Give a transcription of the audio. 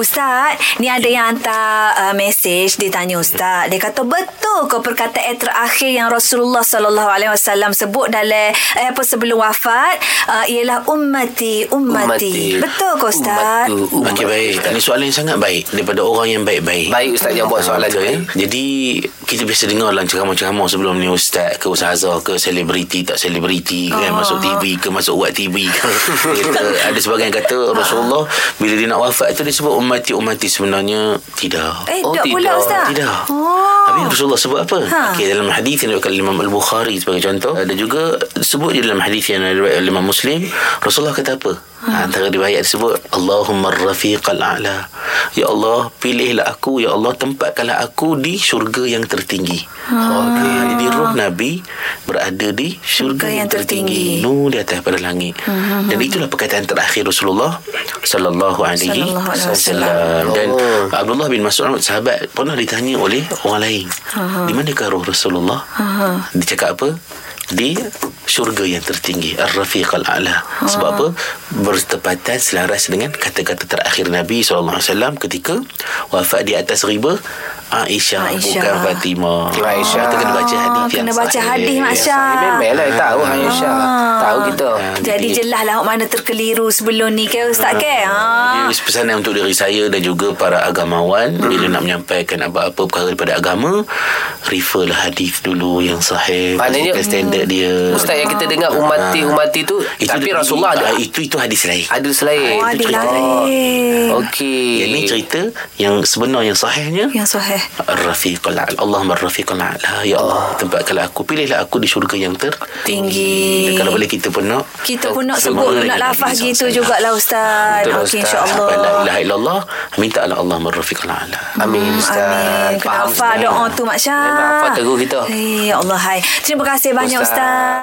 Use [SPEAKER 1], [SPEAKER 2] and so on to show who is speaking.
[SPEAKER 1] Ustaz, ni ada yang hantar uh, message dia tanya ustaz. Dia kata betul ke perkataan terakhir yang Rasulullah sallallahu alaihi wasallam sebut dalam eh, apa sebelum wafat uh, ialah ummati ummati.
[SPEAKER 2] Ummati.
[SPEAKER 1] Betul ke ustaz?
[SPEAKER 2] Ummatu.
[SPEAKER 3] Okey baik. Ini soalan yang sangat baik daripada orang yang baik-baik.
[SPEAKER 2] Baik Ustaz yang buat soalan tu
[SPEAKER 3] Betul,
[SPEAKER 2] eh.
[SPEAKER 3] eh? Jadi kita biasa dengar dalam ceramah-ceramah sebelum ni ustaz ke usahaza ke selebriti tak selebriti
[SPEAKER 1] Ah.
[SPEAKER 3] oh. kan masuk TV ke masuk buat TV ke Dia kata, ada sebagian yang kata Rasulullah bila dia nak wafat tu dia sebut ummati ummati sebenarnya tidak.
[SPEAKER 1] Eh,
[SPEAKER 2] Oh,
[SPEAKER 1] tak pula
[SPEAKER 2] tidak.
[SPEAKER 1] ustaz.
[SPEAKER 3] Tidak.
[SPEAKER 1] Oh.
[SPEAKER 3] Habis Rasulullah sebut apa?
[SPEAKER 1] Ha.
[SPEAKER 3] Ha. Okey dalam hadis yang diriwayatkan Imam Al-Bukhari sebagai contoh ada juga sebut je dalam hadis yang diriwayatkan oleh Imam Muslim Rasulullah kata apa? Ha. Antara riwayat disebut Allahumma rafiqal a'la. Ya Allah pilihlah aku ya Allah tempatkanlah aku di syurga yang tertinggi. Ha. Okey jadi roh Nabi berada di syurga yang, yang tertinggi. Nur di atas pada langit. Hmm. Dan itulah perkataan terakhir Rasulullah sallallahu alaihi
[SPEAKER 1] Sallallahu alaihi
[SPEAKER 3] wasallam. Dan
[SPEAKER 2] Oh.
[SPEAKER 3] Kan? Abdullah bin Mas'ud sahabat pernah ditanya oleh orang lain di manakah roh Rasulullah dia cakap apa di syurga yang tertinggi ar-rafiqal a'la sebab apa bertepatan selaras dengan kata-kata terakhir Nabi sallallahu alaihi wasallam ketika wafat di atas riba Aisyah,
[SPEAKER 1] Aisyah.
[SPEAKER 3] bukan Fatimah
[SPEAKER 2] Aisyah.
[SPEAKER 3] kita kena baca hadis yang
[SPEAKER 1] Kena baca
[SPEAKER 3] sahih.
[SPEAKER 1] hadis Mak Syah.
[SPEAKER 2] Memanglah lah, tahu
[SPEAKER 1] Ah.
[SPEAKER 2] hang Aisyah. Tahu kita.
[SPEAKER 1] Jadi jelas lah awak mana terkeliru sebelum ni ke ustaz ke? Ha.
[SPEAKER 3] Ini pesanan untuk diri saya dan juga para agamawan bila nak menyampaikan apa-apa perkara daripada agama refer lah hadis dulu yang sahih
[SPEAKER 2] Maknanya,
[SPEAKER 3] pastikan standard dia Ah.
[SPEAKER 2] Ustaz yang kita dengar umati-umati tu
[SPEAKER 3] itu ah,
[SPEAKER 2] tapi Rasulullah ada
[SPEAKER 3] itu, itu itu hadis lain
[SPEAKER 2] ada selain.
[SPEAKER 1] Oh, ada
[SPEAKER 3] cerita.
[SPEAKER 1] lain.
[SPEAKER 3] Oh.
[SPEAKER 2] Okey.
[SPEAKER 3] yang ni cerita yang sebenar yang sahihnya
[SPEAKER 1] Yang sahih.
[SPEAKER 3] Ar-Rafiqul A'la Allahumma Ar-Rafiqul A'la Ya Allah tempatkanlah aku Pilihlah aku di syurga yang
[SPEAKER 1] Tinggi.
[SPEAKER 3] tertinggi Dan kalau boleh kita pun nak
[SPEAKER 1] Kita pun nak
[SPEAKER 3] Sama
[SPEAKER 1] sebut nak
[SPEAKER 3] dengan
[SPEAKER 1] lafaz
[SPEAKER 3] Nabi
[SPEAKER 1] gitu
[SPEAKER 3] SAW.
[SPEAKER 1] jugalah ustaz.
[SPEAKER 2] Betul,
[SPEAKER 1] Okey
[SPEAKER 2] Ustaz.
[SPEAKER 1] insya-Allah.
[SPEAKER 3] Sampai la ilaha illallah Minta Allah Allahumma Ar-Rafiqul A'la
[SPEAKER 2] Amin Ustaz.
[SPEAKER 1] Hmm, Amin. Kena hafal
[SPEAKER 2] Ustaz.
[SPEAKER 1] doa tu Mak Syah.
[SPEAKER 2] Memang hafal teguh kita.
[SPEAKER 1] Eh, ya Allah hai. Terima kasih banyak
[SPEAKER 2] Ustaz.
[SPEAKER 1] Ustaz.